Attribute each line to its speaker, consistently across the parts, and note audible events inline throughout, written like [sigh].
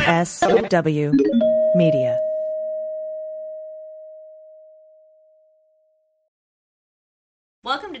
Speaker 1: MSW Media.
Speaker 2: Welcome to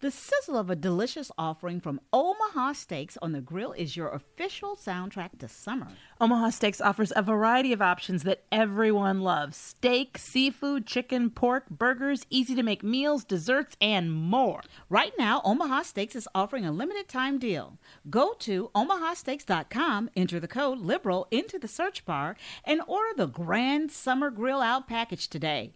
Speaker 3: The sizzle of a delicious offering from Omaha Steaks on the grill is your official soundtrack to summer.
Speaker 4: Omaha Steaks offers a variety of options that everyone loves steak, seafood, chicken, pork, burgers, easy to make meals, desserts, and more.
Speaker 3: Right now, Omaha Steaks is offering a limited time deal. Go to omahasteaks.com, enter the code LIBERAL into the search bar, and order the Grand Summer Grill Out package today.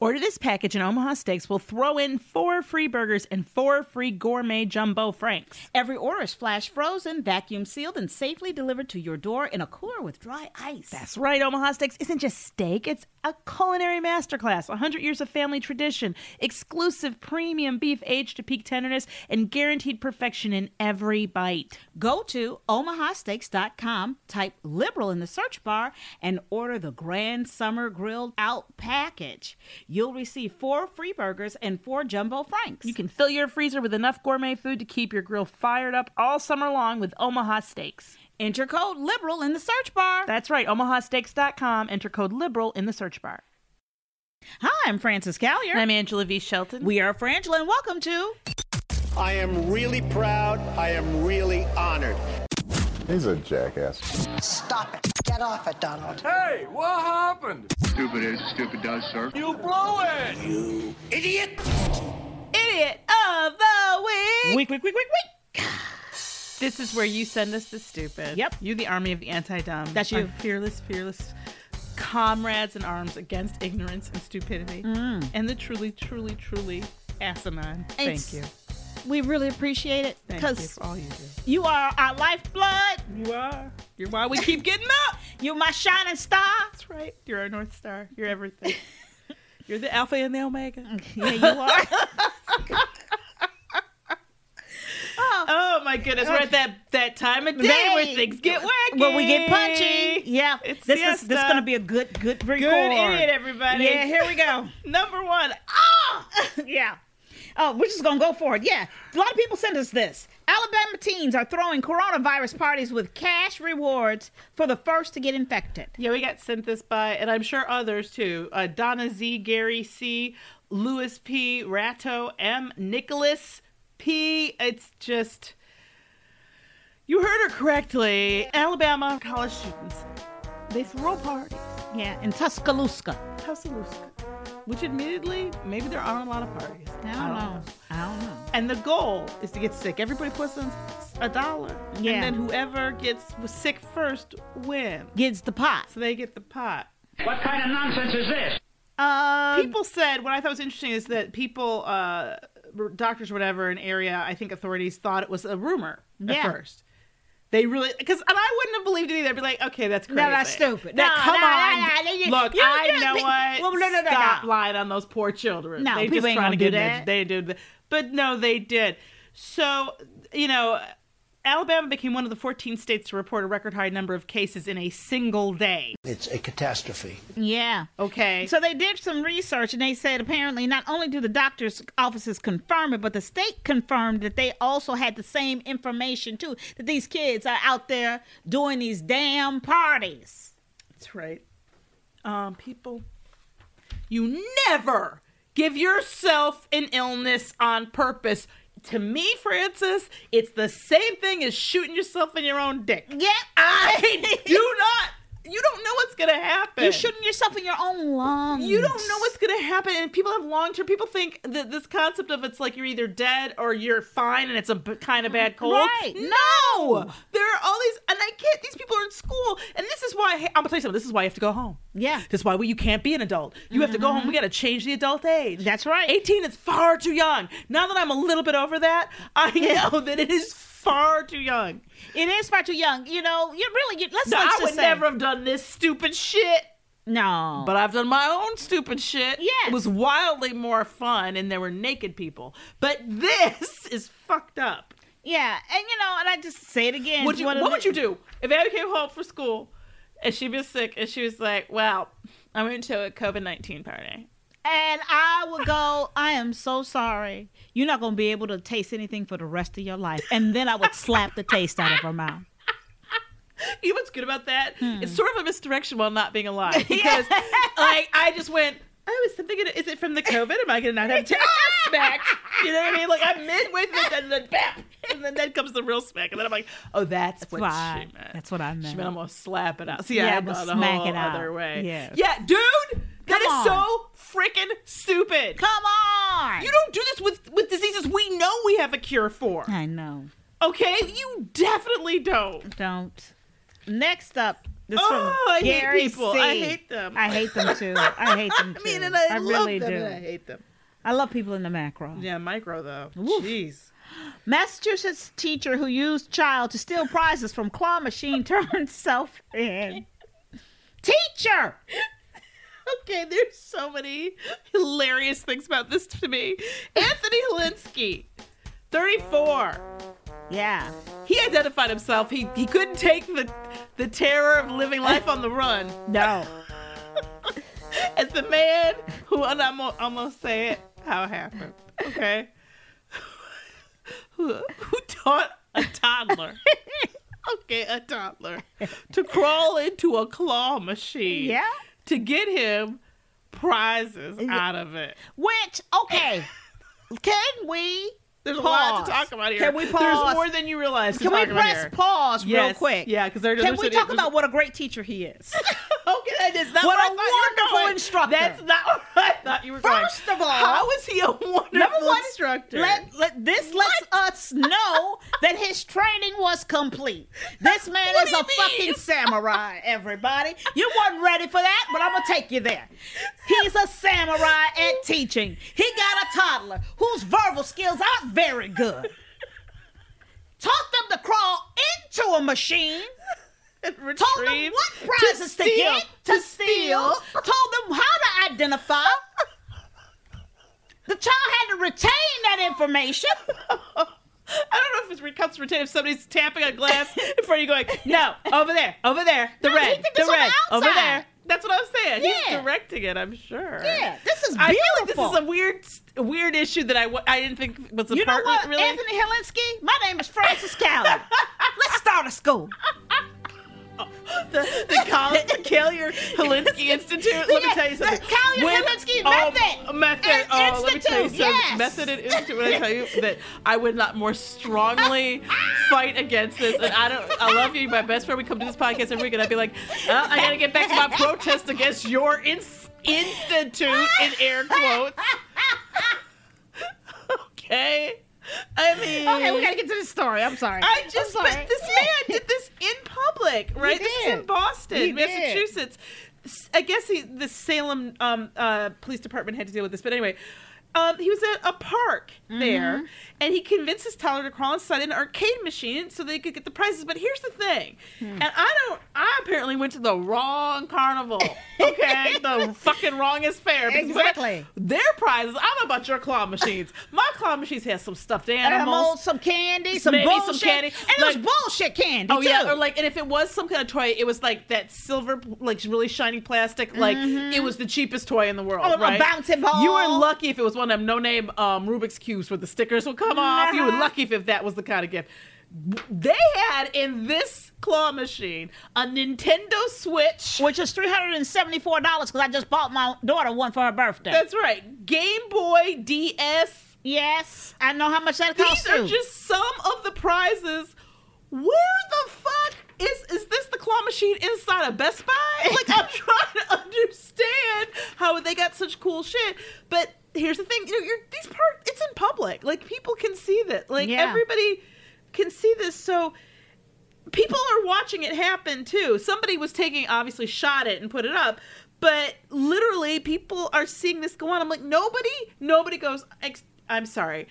Speaker 4: Order this package, and Omaha Steaks will throw in four free burgers and four free gourmet jumbo franks.
Speaker 3: Every order is flash frozen, vacuum sealed, and safely delivered to your door in a cooler with dry ice.
Speaker 4: That's right, Omaha Steaks isn't just steak, it's a culinary masterclass, 100 years of family tradition, exclusive premium beef aged to peak tenderness, and guaranteed perfection in every bite.
Speaker 3: Go to omahasteaks.com, type liberal in the search bar, and order the Grand Summer Grilled Out package. You'll receive four free burgers and four jumbo franks.
Speaker 4: You can fill your freezer with enough gourmet food to keep your grill fired up all summer long with Omaha Steaks.
Speaker 3: enter code liberal in the search bar.
Speaker 4: That's right, omahasteaks.com. Enter code liberal in the search bar.
Speaker 3: Hi, I'm Frances Callier.
Speaker 4: And I'm Angela V. Shelton.
Speaker 3: we are Frangela, and welcome to
Speaker 5: I am really proud. I am really honored.
Speaker 6: He's a jackass.
Speaker 7: Stop it. Get off it, Donald.
Speaker 8: Hey, what happened?
Speaker 9: Stupid is, stupid does, sir.
Speaker 8: You blew it!
Speaker 3: Idiot of the Week.
Speaker 4: week, week, week, week, week. This is where you send us the stupid.
Speaker 3: Yep.
Speaker 4: You, the army of the anti-dumb.
Speaker 3: That's you.
Speaker 4: Our fearless, fearless comrades in arms against ignorance and stupidity. And the truly, truly, truly asinine.
Speaker 3: Thanks.
Speaker 4: Thank you.
Speaker 3: We really appreciate it
Speaker 4: Thank you
Speaker 3: because
Speaker 4: for all you do.
Speaker 3: you are our lifeblood.
Speaker 4: You are. You're why we keep getting up.
Speaker 3: You're my shining star.
Speaker 4: [laughs] That's right. You're our North Star. You're [laughs] everything. You're the Alpha and the Omega.
Speaker 3: Yeah, you
Speaker 4: [laughs]
Speaker 3: are.
Speaker 4: Oh my goodness. We're at that, that
Speaker 3: [laughs]
Speaker 4: time of day, where
Speaker 3: Day.
Speaker 4: things get wacky.
Speaker 3: Well, we get punchy. Yeah,
Speaker 4: It's
Speaker 3: this is this is
Speaker 4: siesta.
Speaker 3: gonna be a good good record.
Speaker 4: Good idiot, everybody.
Speaker 3: Yeah, here we go.
Speaker 4: [laughs] Number one.
Speaker 3: Ah, yeah. Oh, we're just gonna go for it. Yeah, a lot of people send us this. Alabama teens are throwing coronavirus parties with cash rewards for the first to get infected.
Speaker 4: Yeah, we got sent this by, and I'm sure others too. Uh, Donna Z, Gary C, Lewis P, Ratto M, Nicholas P. It's just, you heard her correctly. Alabama college students, they throw parties.
Speaker 3: Yeah, in Tuscaloosa.
Speaker 4: Tuscaloosa, which admittedly, maybe there aren't a lot of parties.
Speaker 3: I don't, know. I don't know.
Speaker 4: And the goal is to get sick. Everybody puts in a dollar,
Speaker 3: Yeah.
Speaker 4: and then whoever gets sick first wins.
Speaker 3: Gives the pot.
Speaker 4: So they get the pot.
Speaker 7: What kind of nonsense is this?
Speaker 3: Um,
Speaker 4: people said what I thought was interesting is that people, uh, r- doctors, or whatever, an area I think authorities thought it was a rumor at
Speaker 3: Yeah.
Speaker 4: first. They really because and I wouldn't have believed it either. I'd be like, okay, that's
Speaker 3: No,
Speaker 4: crazy.
Speaker 3: that's stupid. That- come on. You-
Speaker 4: Look,
Speaker 3: you-
Speaker 4: I
Speaker 3: you-
Speaker 4: know
Speaker 3: pe-
Speaker 4: what.
Speaker 3: Well, no, no, no,
Speaker 4: Stop
Speaker 3: no.
Speaker 4: lying on those poor children.
Speaker 3: No,
Speaker 4: they
Speaker 3: people
Speaker 4: just
Speaker 3: ain't
Speaker 4: trying to
Speaker 3: gonna
Speaker 4: get
Speaker 3: do that.
Speaker 4: an edu- They did, but no, they did. So you know. Alabama became one of the 14 states to report a record high number of cases in a single day.
Speaker 7: It's a catastrophe.
Speaker 3: Yeah.
Speaker 4: Okay.
Speaker 3: So they did some research and they said apparently not only do the doctor's offices confirm it, but the state confirmed that they also had the same information too that these kids are out there doing these damn parties.
Speaker 4: That's right. Um, people, you never give yourself an illness on purpose. To me, Francis, it's the same thing as shooting yourself in your own dick.
Speaker 3: Yeah.
Speaker 4: I [laughs] do not. You don't know what's gonna happen.
Speaker 3: You're shooting yourself in your own lungs.
Speaker 4: You don't know what's gonna happen, and people have long term. People think that this concept of it's like you're either dead or you're fine, and it's a b- kind of bad cold.
Speaker 3: Right.
Speaker 4: No, there are all these, and I can't. These people are in school, and this is why I'm gonna tell you something. This is why you have to go home.
Speaker 3: Yeah. Mm-hmm.
Speaker 4: This is why we, you can't be an adult. You have to go home. We got to change the adult age.
Speaker 3: That's right.
Speaker 4: 18 is far too young. Now that I'm a little bit over that, I know that it is far too young.
Speaker 3: It is far too young. You know, you really you, let's
Speaker 4: No,
Speaker 3: let's
Speaker 4: I
Speaker 3: just
Speaker 4: would
Speaker 3: say-
Speaker 4: never have done this stupid shit.
Speaker 3: No.
Speaker 4: But I've done my own stupid shit.
Speaker 3: Yes.
Speaker 4: It was wildly more fun and there were naked people. But this [laughs] is fucked up.
Speaker 3: yeah, and you know, and I just say it again.
Speaker 4: Would you,
Speaker 3: One
Speaker 4: what
Speaker 3: of
Speaker 4: would
Speaker 3: the-
Speaker 4: you do if Abby came home from school and she'd been sick and she was like, wow, I went to a COVID 19 party?
Speaker 3: And I would go, I am so sorry. You're not going to be able to taste anything for the rest of your life. And then I would slap the taste out of her mouth.
Speaker 4: You know what's good about that?
Speaker 3: Hmm.
Speaker 4: It's sort of a misdirection while not being alive.
Speaker 3: [laughs]
Speaker 4: Because, like, I just went, oh, is something, gonna, is it from the COVID? Am I going to
Speaker 3: [laughs]
Speaker 4: not have to ah, smack? You know what I mean? Like, I'm midway through it, and then bap. And then, then comes the real smack. And then I'm like, oh, that's, [laughs] what
Speaker 3: Why?
Speaker 4: she meant.
Speaker 3: That's what I meant.
Speaker 4: She meant I'm gonna slap it out. See,
Speaker 3: Uh-huh. Yeah,
Speaker 4: yeah, I
Speaker 3: I'm gonna
Speaker 4: gone
Speaker 3: smack
Speaker 4: a whole
Speaker 3: it out.
Speaker 4: other way.
Speaker 3: Yeah.
Speaker 4: yeah, dude, that is
Speaker 3: Come on.
Speaker 4: so freaking stupid.
Speaker 3: Come on.
Speaker 4: You don't do this with with diseases we know we have a cure for.
Speaker 3: I know.
Speaker 4: Okay, you definitely don't.
Speaker 3: Don't. Next up, this
Speaker 4: Oh, I
Speaker 3: from
Speaker 4: hate
Speaker 3: Gary
Speaker 4: people.
Speaker 3: C.
Speaker 4: I hate them.
Speaker 3: I hate them too. I hate them too.
Speaker 4: [laughs] I mean, and I, love
Speaker 3: really
Speaker 4: them
Speaker 3: do.
Speaker 4: and I hate them.
Speaker 3: I love people in the macro.
Speaker 4: Yeah, micro though. Jeez.
Speaker 3: Massachusetts teacher who used child to steal prizes from claw machine [laughs] turned self in. Teacher.
Speaker 4: Okay, there's so many hilarious things about this to me. Anthony Helinski, 34.
Speaker 3: Yeah.
Speaker 4: He identified himself. He he couldn't take the the terror of living life on the run
Speaker 3: No.
Speaker 4: as the man who and I'm gonna- I'm gonna say it how it happened. Okay. Who who taught a
Speaker 3: [laughs]
Speaker 4: toddler? okay, a toddler to crawl into a claw machine.
Speaker 3: Yeah.
Speaker 4: To get him prizes out of it.
Speaker 3: Which, okay, can we?
Speaker 4: There's
Speaker 3: pause.
Speaker 4: a lot to talk about here.
Speaker 3: Can we pause?
Speaker 4: There's more than you realize. to
Speaker 3: Can we
Speaker 4: talk about
Speaker 3: press
Speaker 4: here.
Speaker 3: pause real
Speaker 4: Yes.
Speaker 3: quick?
Speaker 4: Yeah, because they're
Speaker 3: Can
Speaker 4: there's
Speaker 3: we
Speaker 4: an-
Speaker 3: talk
Speaker 4: there's-
Speaker 3: about what a great teacher he is?
Speaker 4: okay, that is not
Speaker 3: What
Speaker 4: what
Speaker 3: a
Speaker 4: I thought you were
Speaker 3: wonderful
Speaker 4: going.
Speaker 3: instructor.
Speaker 4: That's not what I thought you were going.
Speaker 3: First of all-
Speaker 4: how is he a wonderful
Speaker 3: Number one,
Speaker 4: instructor?
Speaker 3: Let, let this lets us know that his training was complete.
Speaker 4: [laughs]
Speaker 3: This man is a fucking samurai, everybody. You weren't ready for that, but I'm gonna take you there. He's a samurai at teaching. He got a toddler whose verbal skills aren't very good. Taught them to crawl into a machine. Told them
Speaker 4: Retrieve,
Speaker 3: what prizes to,
Speaker 4: steal,
Speaker 3: get, to steal. Told them how to identify. The child had to retain that information.
Speaker 4: I don't know if it's comes retain if somebody's tapping a glass [laughs] in front of you going, no, over there, over there, the
Speaker 3: No, he
Speaker 4: red,
Speaker 3: did
Speaker 4: the
Speaker 3: this on the
Speaker 4: red, over
Speaker 3: outside.
Speaker 4: there. That's what I'm saying.
Speaker 3: Yeah.
Speaker 4: He's directing it, I'm sure.
Speaker 3: Yeah, this is beautiful.
Speaker 4: I feel like this is a weird, weird issue that I, wa- I didn't think was a
Speaker 3: you know
Speaker 4: part
Speaker 3: what,
Speaker 4: really.
Speaker 3: Anthony Helinski? My name is Francis Callen. Let's start a school.
Speaker 4: the, the Colin Callier Helinski Institute. Let me
Speaker 3: Yeah,
Speaker 4: tell you something.
Speaker 3: the Collier
Speaker 4: When-
Speaker 3: Helinski
Speaker 4: oh,
Speaker 3: method
Speaker 4: Method.
Speaker 3: and
Speaker 4: oh, let me tell you
Speaker 3: institute,
Speaker 4: something.
Speaker 3: yes.
Speaker 4: Method and Institute. When I tell you that I would not more strongly fight against this, and I don't. I love you, my best friend. We come to this podcast every week, and I'd be like, "Uh, I gotta get back to my protest against your ins- institute in air
Speaker 3: [laughs]
Speaker 4: quotes. Okay. I mean,
Speaker 3: Okay, we gotta get to the story. I'm sorry.
Speaker 4: I just,
Speaker 3: I'm sorry.
Speaker 4: but this man did this in public, right? This is
Speaker 3: did.
Speaker 4: in Boston,
Speaker 3: He did.
Speaker 4: Massachusetts. S- I guess he, the Salem um, uh, Police Department had to deal with this, but anyway, um, he was at a park
Speaker 3: Mm-hmm.
Speaker 4: there, and he convinces Tyler to crawl inside an arcade machine so they could get the prizes. But here's the thing,
Speaker 3: Hmm.
Speaker 4: and I don't. I apparently went to the wrong carnival.
Speaker 3: [laughs]
Speaker 4: Okay, the fucking wrongest fair. because when I-
Speaker 3: Exactly.
Speaker 4: Their prizes. I don't know about your claw machines. My claw machines had some stuffed animals,
Speaker 3: Animals, some candy, some
Speaker 4: Maybe some
Speaker 3: bullshit,
Speaker 4: candy.
Speaker 3: and it
Speaker 4: Like-
Speaker 3: was bullshit candy
Speaker 4: Oh
Speaker 3: too.
Speaker 4: yeah, or like, and if it was some kind of toy, it was like that silver, like really shiny plastic. Like it was the cheapest toy in the world.
Speaker 3: Mm-hmm. Oh, a
Speaker 4: right?
Speaker 3: bouncing ball.
Speaker 4: You were lucky if it was one of them no-name um, Rubik's cubes where the stickers would come off. You were
Speaker 3: Uh-huh.
Speaker 4: lucky if, if that was the kind of gift. They had in this claw machine a Nintendo Switch.
Speaker 3: which is three hundred and seventy-four dollars because I just bought my daughter one for her birthday.
Speaker 4: That's right, Game Boy DS.
Speaker 3: yes, I know how much that costs.
Speaker 4: These are
Speaker 3: you.
Speaker 4: just some of the prizes. Where the fuck is is this the claw machine inside of Best Buy? Like I'm trying to understand how they got such cool shit. But here's the thing, you know, you're, these part it's in public. Like people can see that. Like
Speaker 3: Yeah.
Speaker 4: everybody can see this. So people are watching it happen too. Somebody was taking obviously shot it and put it up, but literally people are seeing this go on. I'm like nobody, nobody goes. Ex- I'm sorry.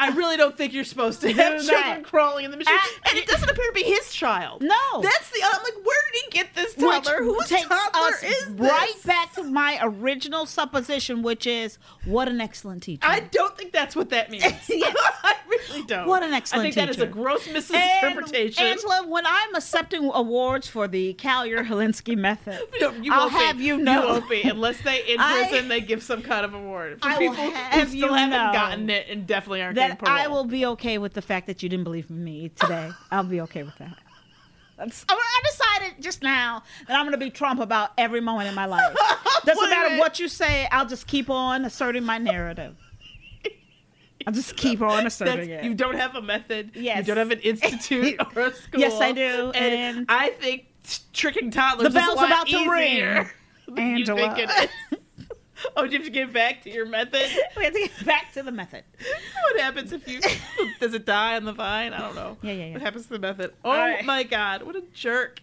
Speaker 4: I really don't think you're supposed to have
Speaker 3: Do
Speaker 4: children
Speaker 3: that.
Speaker 4: crawling in the machine,
Speaker 3: I-
Speaker 4: and it doesn't appear to be his child.
Speaker 3: No.
Speaker 4: that's the. I'm like, where did he get this
Speaker 3: Which
Speaker 4: toddler? Whose
Speaker 3: takes
Speaker 4: toddler
Speaker 3: us
Speaker 4: is this?
Speaker 3: right back to my original supposition, which is what an excellent teacher.
Speaker 4: I [laughs] don't think that's what that means.
Speaker 3: [laughs]
Speaker 4: I really don't.
Speaker 3: What an excellent
Speaker 4: I think that is a
Speaker 3: teacher.
Speaker 4: gross
Speaker 3: And,
Speaker 4: misinterpretation.
Speaker 3: Angela, when I'm accepting awards for the Calyer Helinsky method,
Speaker 4: No, [laughs] you
Speaker 3: I'll
Speaker 4: won't
Speaker 3: have
Speaker 4: be.
Speaker 3: you know.
Speaker 4: won't be unless they
Speaker 3: [laughs]
Speaker 4: in
Speaker 3: I-
Speaker 4: prison they give some kind of award for
Speaker 3: I will
Speaker 4: people who
Speaker 3: have
Speaker 4: still
Speaker 3: you
Speaker 4: haven't
Speaker 3: know
Speaker 4: gotten it and definitely aren't
Speaker 3: that
Speaker 4: getting
Speaker 3: I
Speaker 4: parole.
Speaker 3: will be okay with the fact that you didn't believe in me today. I'll be okay with that. That's- I- I decided just now that I'm going to be Trump about every moment in my life. [laughs] Doesn't
Speaker 4: Wait a
Speaker 3: matter
Speaker 4: minute.
Speaker 3: what you say, I'll just keep on asserting my narrative. I'll just keep on asserting
Speaker 4: That's-
Speaker 3: it.
Speaker 4: You don't have a method.
Speaker 3: Yes.
Speaker 4: You don't
Speaker 3: [laughs]
Speaker 4: have an institute or a school.
Speaker 3: Yes, I do,
Speaker 4: And,
Speaker 3: and-
Speaker 4: I think t- tricking toddlers
Speaker 3: The
Speaker 4: is a
Speaker 3: bell's
Speaker 4: lot
Speaker 3: about to ring,
Speaker 4: easier [laughs] than
Speaker 3: Angela.
Speaker 4: You think it is. [laughs] oh, do you have to get back to your method?
Speaker 3: [laughs] we have to get back to the method.
Speaker 4: what happens if you does it die on the vine? I don't know.
Speaker 3: Yeah, yeah, yeah.
Speaker 4: What happens to the method? Oh
Speaker 3: right. Uh.
Speaker 4: my god, what a jerk!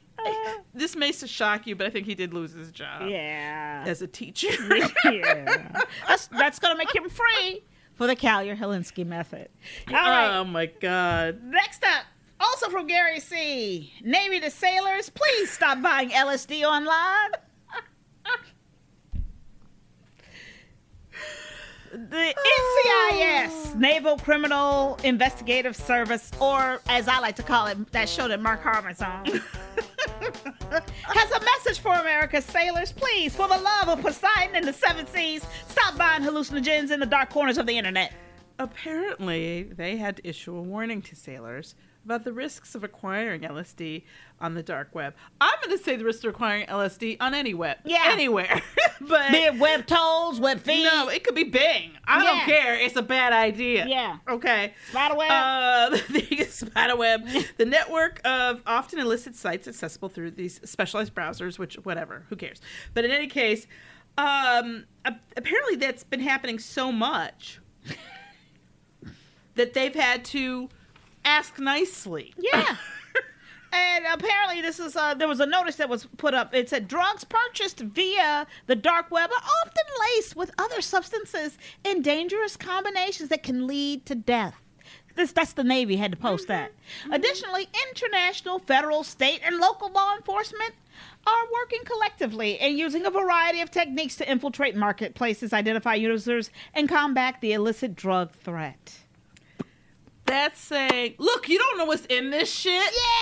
Speaker 4: this may shock you, but I think he did lose his job
Speaker 3: Yeah.
Speaker 4: as a teacher.
Speaker 3: [laughs]
Speaker 4: [laughs]
Speaker 3: yeah. That's, that's going to make him free for the Calyer Helinsky method. All right.
Speaker 4: Oh my god.
Speaker 3: Next up, also from Gary C. Navy to sailors, please stop buying LSD online. The NCIS, Naval Criminal Investigative Service, or as I like to call it, that show that Mark Harmon's [laughs] on, has a message for America's sailors. Please, for the love of Poseidon and the seven seas, stop buying hallucinogens in the dark corners of the internet.
Speaker 4: Apparently, they had to issue a warning to sailors about the risks of acquiring LSD on the dark web. I'm going to say the risks of acquiring LSD on any web.
Speaker 3: Yeah.
Speaker 4: Anywhere. [laughs] but
Speaker 3: Be it web tolls, web feed.
Speaker 4: no, it could be Bing. I don't
Speaker 3: Yeah.
Speaker 4: care. It's a bad idea.
Speaker 3: Yeah.
Speaker 4: Okay.
Speaker 3: Spider web.
Speaker 4: Uh, [laughs] the spiderweb, the network of often illicit sites accessible through these specialized browsers, which whatever, who cares? But in any case, um, a- apparently that's been happening so much [laughs] that they've had to ask nicely.
Speaker 3: Yeah. [laughs] and apparently, this is uh, there was a notice that was put up. It said drugs purchased via the dark web are often laced with other substances in dangerous combinations that can lead to death. This, that's the Navy had to post that. Additionally, international, federal, state, and local law enforcement are working collectively and using a variety of techniques to infiltrate marketplaces, identify users, and combat the illicit drug threat.
Speaker 4: That's saying, look, you don't know what's in this shit.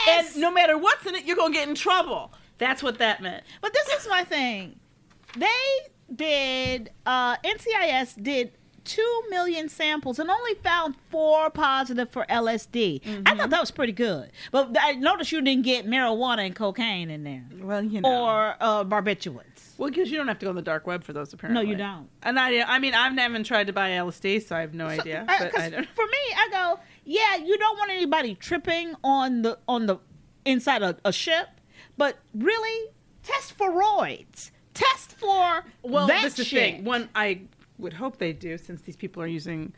Speaker 3: Yes!
Speaker 4: And no matter what's in it, you're going to get in trouble. That's what that meant.
Speaker 3: But this is my thing. They did uh, NCIS did two million samples and only found four positive for LSD. I thought that was pretty good. But I noticed you didn't get marijuana and cocaine in there,
Speaker 4: Well, you
Speaker 3: or uh, barbiturates.
Speaker 4: Well, because you don't have to go on the dark web for those, apparently.
Speaker 3: you don't.
Speaker 4: And I, I mean, I haven't tried to buy LSD, so I have no idea.
Speaker 3: Uh,
Speaker 4: but
Speaker 3: 'cause
Speaker 4: I don't.
Speaker 3: for me, I go, yeah, you don't want anybody tripping on the on the inside a, a ship, but really, test for roids. Test for
Speaker 4: Well,
Speaker 3: that
Speaker 4: that's the
Speaker 3: shit.
Speaker 4: thing. One, I would hope they do, since these people are using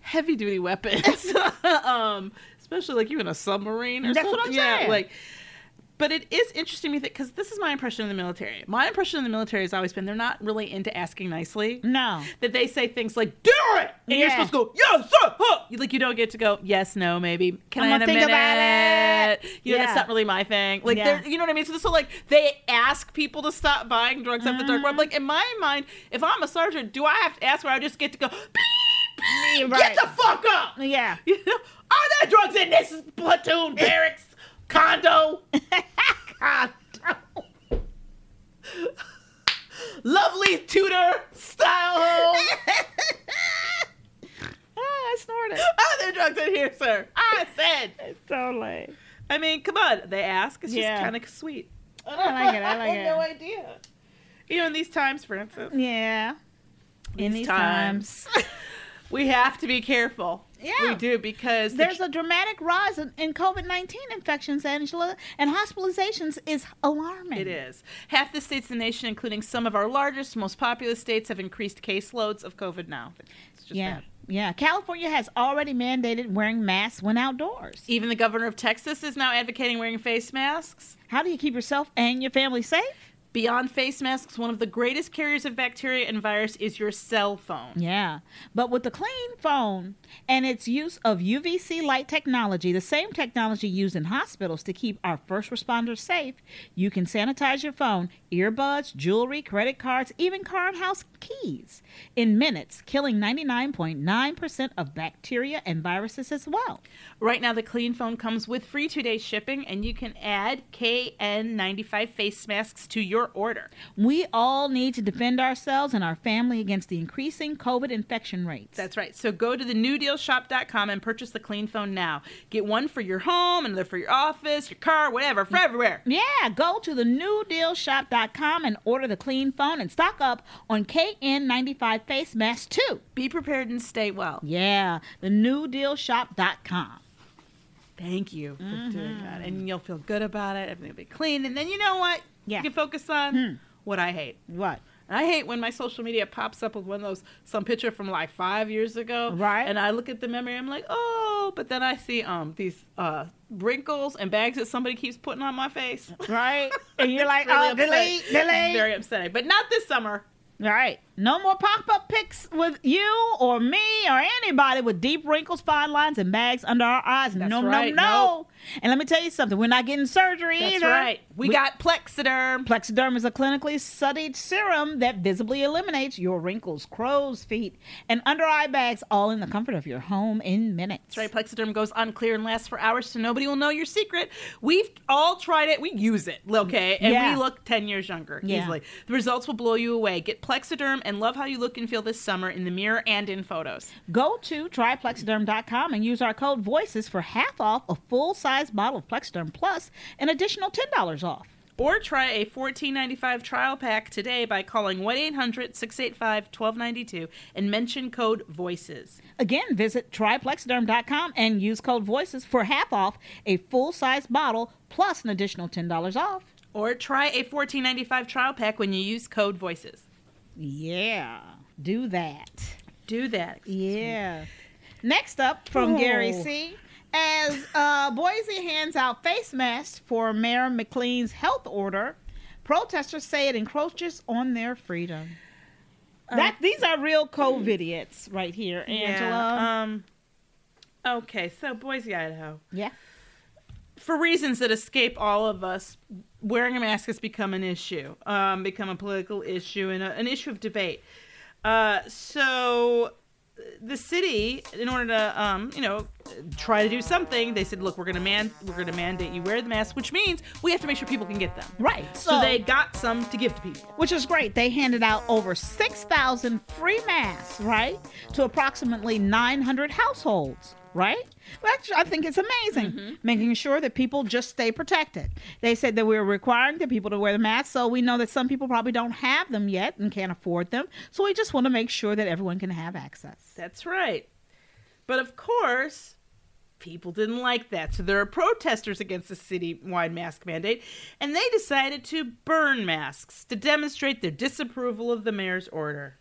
Speaker 4: heavy-duty
Speaker 3: [laughs]
Speaker 4: weapons, um, especially like you in a submarine or
Speaker 3: That's what
Speaker 4: something.
Speaker 3: I'm
Speaker 4: yeah,
Speaker 3: saying.
Speaker 4: like. But it is interesting to me because this is my impression of the military. My impression of the military has always been they're not really into asking nicely.
Speaker 3: No.
Speaker 4: That they say things like, do it! And you're
Speaker 3: Yeah.
Speaker 4: supposed to go, yes, sir! Huh! You- Like, you don't get to go, yes, no, maybe. Can
Speaker 3: I'm
Speaker 4: I in
Speaker 3: gonna
Speaker 4: a
Speaker 3: think
Speaker 4: minute?
Speaker 3: about
Speaker 4: You know,
Speaker 3: Yeah.
Speaker 4: that's not really my thing. Like,
Speaker 3: Yeah.
Speaker 4: they're you know what I mean? So this will like they ask people to stop buying drugs off the dark web. I'm like, in my mind, if I'm a sergeant, do I have to ask where I just get to go? "Beep, beep, Get the fuck up! [laughs]
Speaker 3: Yeah.
Speaker 4: You know, are there drugs in this
Speaker 3: [laughs]
Speaker 4: platoon barracks condo? condo. Lovely Tudor style
Speaker 3: [laughs]
Speaker 4: home.
Speaker 3: I snorted.
Speaker 4: Are there drugs in here, sir? [laughs] I said.
Speaker 3: Totally.
Speaker 4: I mean, come on. They ask. It's
Speaker 3: Yeah.
Speaker 4: just kind of sweet.
Speaker 3: I like it. I like
Speaker 4: had no
Speaker 3: it.
Speaker 4: idea. You know, in these times, for instance,
Speaker 3: Yeah. In these times. [laughs]
Speaker 4: we have to be careful.
Speaker 3: Yeah.
Speaker 4: we do because the
Speaker 3: There's a dramatic rise in, in COVID 19 infections, Angela, and hospitalizations is alarming.
Speaker 4: It is. Half the states in the nation, including some of our largest, most populous states, have increased caseloads of COVID now. It's just
Speaker 3: Yeah.
Speaker 4: bad.
Speaker 3: Yeah. California has already mandated wearing masks when outdoors.
Speaker 4: Even the governor of Texas is now advocating wearing face masks.
Speaker 3: How do you keep yourself and your family safe?
Speaker 4: Beyond face masks, one of the greatest carriers of bacteria and virus is your cell phone.
Speaker 3: Yeah. But with the clean phone and its use of UVC light technology, the same technology used in hospitals to keep our first responders safe, you can sanitize your phone, earbuds, jewelry, credit cards, even car and house keys in minutes, killing 99.9% of bacteria and viruses as well.
Speaker 4: Right now, the Clean Phone comes with free two day shipping, and you can add KN95 face masks to your order.
Speaker 3: We all need to defend ourselves and our family against the increasing COVID infection rates.
Speaker 4: That's right. So go to the newdealshop.com and purchase the clean phone now. Get one for your home, another for your office, your car, whatever, for everywhere.
Speaker 3: Yeah, go to the newdealshop.com and order the clean phone and stock up on KN95 face masks too.
Speaker 4: Be prepared and stay well.
Speaker 3: Yeah, the newdealshop.com.
Speaker 4: Thank you for
Speaker 3: Mm-hmm.
Speaker 4: doing that. And you'll feel good about it. Everything will be clean. And then you know what?
Speaker 3: Yeah. Hmm.
Speaker 4: You can focus on what I hate.
Speaker 3: What?
Speaker 4: And I hate when my social media pops up with one of those, some picture from like five years ago.
Speaker 3: Right.
Speaker 4: And I look at the memory, I'm like, oh, but then I see um these uh, wrinkles and bags that somebody keeps putting on my face. [laughs]
Speaker 3: Right? And you're like,
Speaker 4: Really
Speaker 3: oh,
Speaker 4: upsetting.
Speaker 3: delete, delete.
Speaker 4: Very upsetting. But not this summer.
Speaker 3: All right. No more pop up pics with you or me or anybody with deep wrinkles, fine lines, and bags under our eyes. no,
Speaker 4: right.
Speaker 3: no, no.
Speaker 4: Nope.
Speaker 3: And let me tell you something we're not getting surgery
Speaker 4: That's
Speaker 3: either.
Speaker 4: right. We, got Plexiderm.
Speaker 3: Plexiderm is a clinically studied serum that visibly eliminates your wrinkles, crow's feet, and under eye bags, all in the comfort of your home in minutes.
Speaker 4: That's right. Plexiderm goes unclear and lasts for hours, so nobody will know your secret. We've all tried it. We use it, okay? And
Speaker 3: Yeah.
Speaker 4: we look 10 years younger
Speaker 3: Yeah.
Speaker 4: easily. The results will blow you away. Get Plexiderm and love how you look and feel this summer in the mirror and in photos.
Speaker 3: Go to tryplexiderm.com and use our code VOICES for half off a full size bottle of Plexiderm Plus, an additional $10 off.
Speaker 4: Or try a $14.95 trial pack today by calling 1 800 685 1292 and mention code VOICES.
Speaker 3: Again, visit triplexiderm.com and use code VOICES for half off a full size bottle plus an additional $10 off.
Speaker 4: Or try a $14.95 trial pack when you use code VOICES.
Speaker 3: Yeah, do that.
Speaker 4: Do that.
Speaker 3: Yeah. Next up from Gary C. As uh, Boise hands out face masks for Mayor McLean's health order, protesters say it encroaches on their freedom.
Speaker 4: Uh,
Speaker 3: that these are real COVIDiots right here, Angela.
Speaker 4: Yeah, um, okay, so Boise, Idaho.
Speaker 3: Yeah.
Speaker 4: for reasons that escape all of us, wearing a mask has become an issue, um, become a political issue and a, an issue of debate. Uh, so uh, the city, in order to, um, you know, try to do something, they said, look, we're gonna man, we're gonna mandate you wear the mask, which means we have to make sure people can get them.
Speaker 3: Right.
Speaker 4: So they got some to give to people.
Speaker 3: which is great. They handed out over 6,000 free masks, right, to approximately 900 households, right? Well, Actually, I think it's amazing,
Speaker 4: Mm-hmm.
Speaker 3: making sure that people just stay protected. They said that we are requiring the people to wear the masks, so we know that some people probably don't have them yet and can't afford them. So we just want to make sure that everyone can have access.
Speaker 4: That's right. But of course, people didn't like that. So there are protesters against the citywide mask mandate, and they decided to burn masks to demonstrate their disapproval of the mayor's order.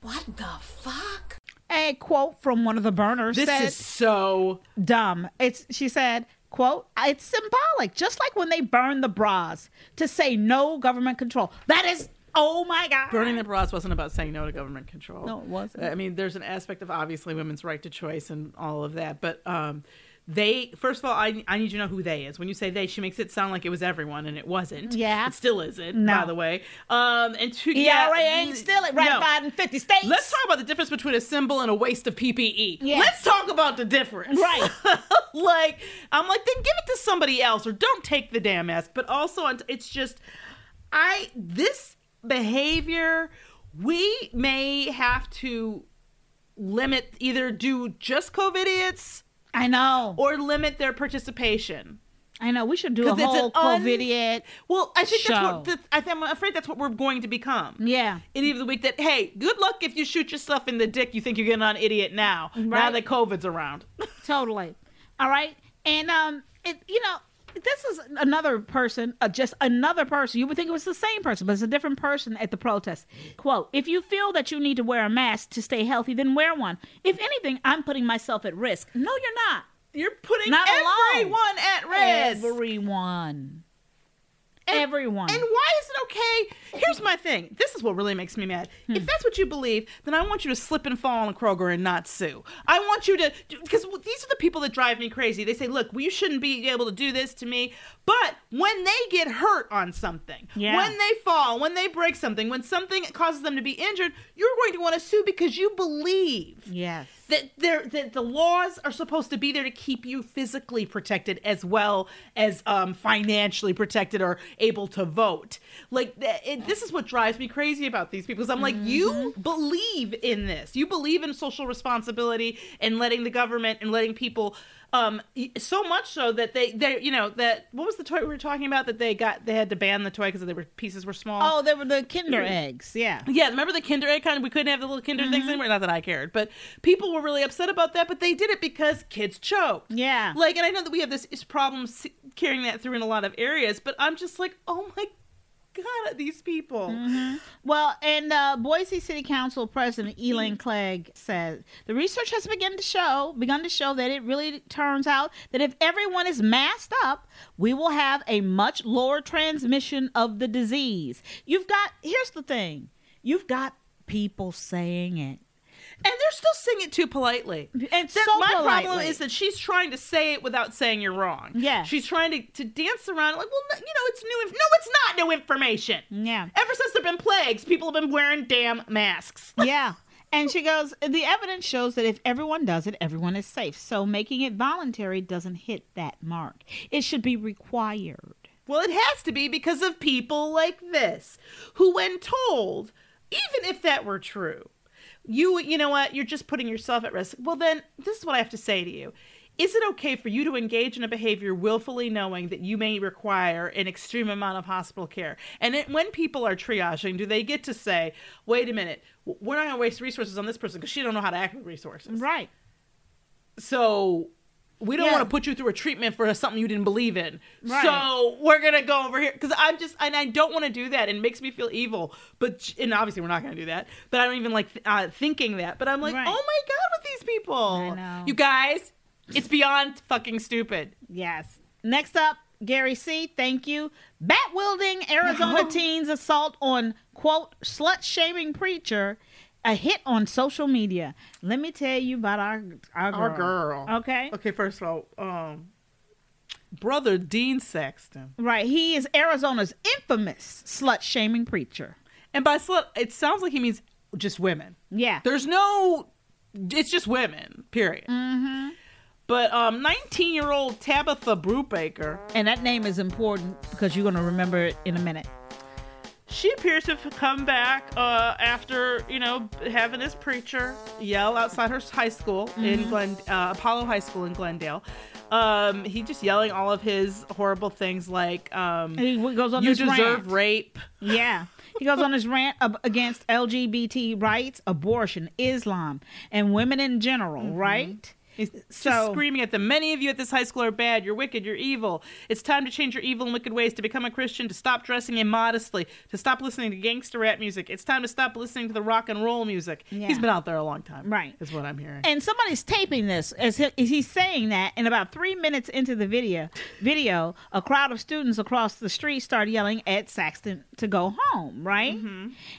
Speaker 3: A quote from one of the burners
Speaker 4: This
Speaker 3: said,
Speaker 4: is so
Speaker 3: dumb. It's she said, quote, it's symbolic, just like when they burn the bras to say no government control. That is, oh my God.
Speaker 4: Burning the bras wasn't about saying no to government control.
Speaker 3: No, it wasn't.
Speaker 4: I mean, there's an aspect of obviously women's right to choice and all of that, but um, they first of all, I, I need you to know who they is. When you say they, she makes it sound like it was everyone, and it wasn't.
Speaker 3: Yeah.
Speaker 4: it still isn't.
Speaker 3: No.
Speaker 4: By the way, um, and two, yeah,
Speaker 3: ERA ain't still it ratified in 50 states.
Speaker 4: Let's talk about the difference between a symbol and a waste of PPE.
Speaker 3: Yeah.
Speaker 4: Let's talk about the difference.
Speaker 3: Right.
Speaker 4: [laughs] like, I'm like, then give it to somebody else or don't take the damn mask. But also, on- it's just, I, this behavior, we may have to limit, either do just COVIDiots
Speaker 3: I know.
Speaker 4: or limit their participation.
Speaker 3: I know. We should do a
Speaker 4: 'Cause it's an
Speaker 3: whole
Speaker 4: un-
Speaker 3: COVIDiot.
Speaker 4: Well, I think that's what,
Speaker 3: Show.
Speaker 4: the, I th- I'm afraid that's what we're going to become.
Speaker 3: yeah.
Speaker 4: any of the week that hey, good luck if you shoot yourself in the dick. You think you're getting on idiot now. Now
Speaker 3: Right.
Speaker 4: that COVID's around. [laughs]
Speaker 3: Totally. All right. And um, it you know this is another person, uh, just another person. You would think it was the same person, but it's a different person at the protest. Quote: If you feel that you need to wear a mask to stay healthy, then wear one. If anything, I'm putting myself at risk. No, you're not.
Speaker 4: You're putting
Speaker 3: Not alone.
Speaker 4: everyone at risk.
Speaker 3: Everyone. Everyone.
Speaker 4: And why is it okay? Here's my thing. This is what really makes me mad. If that's what you believe, then I want you to slip and fall on Kroger and not sue. I want you to, because these are the people that drive me crazy. They say, look, well, you shouldn't be able to do this to me. But when they get hurt on something,
Speaker 3: Yeah.
Speaker 4: when they fall, when they break something, when something causes them to be injured, you're going to want to sue because you believe
Speaker 3: yes.
Speaker 4: that there that the laws are supposed to be there to keep you physically protected as well as um, financially protected or able to vote. Like th- it, this is what drives me crazy about these people because I'm like, you believe in this. You believe in social responsibility and letting the government and letting people. Um, y- so much so that they, they, you know, that what was the toy we were talking about that they got? They had to ban the toy because they were pieces were small.
Speaker 3: Oh, they were the Kinder eggs. Yeah.
Speaker 4: Yeah, remember the Kinder Egg kind of? We couldn't have the little Kinder
Speaker 3: Mm-hmm.
Speaker 4: things anymore. Not that I cared, but people were really upset about that. But they did it because kids choked.
Speaker 3: Yeah.
Speaker 4: like, and I know that we have this is- problem s- carrying that through in a lot of areas. But I'm just like, oh my god, these people.
Speaker 3: Mm-hmm. Well, and uh, Boise City Council President Elaine Clegg says the research has begun to show begun to show that it really turns out that if everyone is masked up, we will have a much lower transmission of the disease. You've got here's the thing, you've got people saying it.
Speaker 4: And they're still saying it too politely.
Speaker 3: And
Speaker 4: That-
Speaker 3: so
Speaker 4: my problem
Speaker 3: politely.
Speaker 4: is that she's trying to say it without saying you're wrong.
Speaker 3: Yeah.
Speaker 4: she's trying to, to dance around it like, well, no, you know, it's new. Inf- no, it's not new information.
Speaker 3: Yeah.
Speaker 4: Ever since there've been plagues, people have been wearing damn masks.
Speaker 3: [laughs] yeah. And she goes, the evidence shows that if everyone does it, everyone is safe. So making it voluntary doesn't hit that mark. It should be required.
Speaker 4: Well, it has to be because of people like this, who, when told, even if that were true, you you know what, you're just putting yourself at risk. Well, then this is what I have to say to you: Is it okay for you to engage in a behavior willfully knowing that you may require an extreme amount of hospital care? And it, when people are triaging, do they get to say, "Wait a minute, w- we're not going to waste resources on this person because she don't know how to act with resources"?
Speaker 3: Right.
Speaker 4: so we don't
Speaker 3: Yeah.
Speaker 4: want to put you through a treatment for something you didn't believe in.
Speaker 3: Right.
Speaker 4: So we're gonna go over here because I'm just and I don't want to do that. and It makes me feel evil. But and obviously we're not gonna do that. But I don't even like uh, thinking that. But I'm like,
Speaker 3: Right.
Speaker 4: oh my god, with these people,
Speaker 3: I know.
Speaker 4: you guys, it's beyond fucking stupid.
Speaker 3: Yes. Next up, Gary C. Thank you. Bat wielding
Speaker 4: [laughs]
Speaker 3: Arizona teens assault on quote slut shaming preacher, a hit on social media. Let me tell you about our our girl. Okay.
Speaker 4: Okay. First of all, um, brother Dean Sexton,
Speaker 3: Right. He is Arizona's infamous slut shaming preacher.
Speaker 4: and by slut, it sounds like he means just women.
Speaker 3: Yeah.
Speaker 4: There's no. It's just women. Period. Mm-hmm. But um, 19 year old Tabitha Brubaker,
Speaker 3: And that name is important because you're gonna remember it in a minute.
Speaker 4: she appears to have come back uh, after you know having this preacher yell outside her high school in Glen uh, Apollo High School in Glendale. Um, he just yelling all of his horrible things like um,
Speaker 3: He goes on
Speaker 4: "You
Speaker 3: this
Speaker 4: deserve
Speaker 3: rant.
Speaker 4: rape."
Speaker 3: Yeah. He goes on his rant ab- against LGBT rights, abortion, Islam, and women in general, right?
Speaker 4: He's just
Speaker 3: So-
Speaker 4: screaming at them. Many of you at this high school are bad. You're wicked. You're evil. It's time to change your evil and wicked ways, to become a Christian, to stop dressing immodestly, to stop listening to gangster rap music. It's time to stop listening to the rock and roll music. He's been out there a long time.
Speaker 3: Right.
Speaker 4: Is what I'm hearing.
Speaker 3: And somebody's taping this as he, as he's saying that. And about three minutes into the video, video, a crowd of students across the street start yelling at Saxton to go home. Right,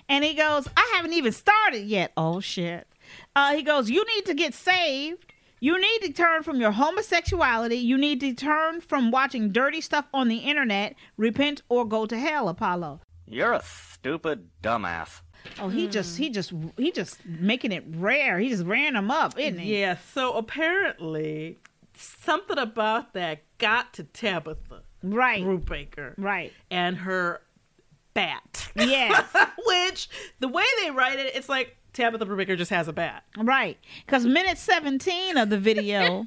Speaker 3: and he goes, "I haven't even started yet." Oh shit! Uh, he goes, "You need to get saved." You need to turn from your homosexuality. You need to turn from watching dirty stuff on the internet. Repent or go to hell, Apollo.
Speaker 10: You're a stupid dumbass.
Speaker 3: Oh, he just he just he just making it rare. He just ran them up, isn't he?
Speaker 4: Yeah, so apparently something about that got to Tabitha.
Speaker 3: Right.
Speaker 4: Brubaker.
Speaker 3: Right.
Speaker 4: And her bat.
Speaker 3: Yes.
Speaker 4: [laughs] Which the way they write it, it's like Tabitha Brubaker just has a bat.
Speaker 3: Right. Because minute 17 of the video,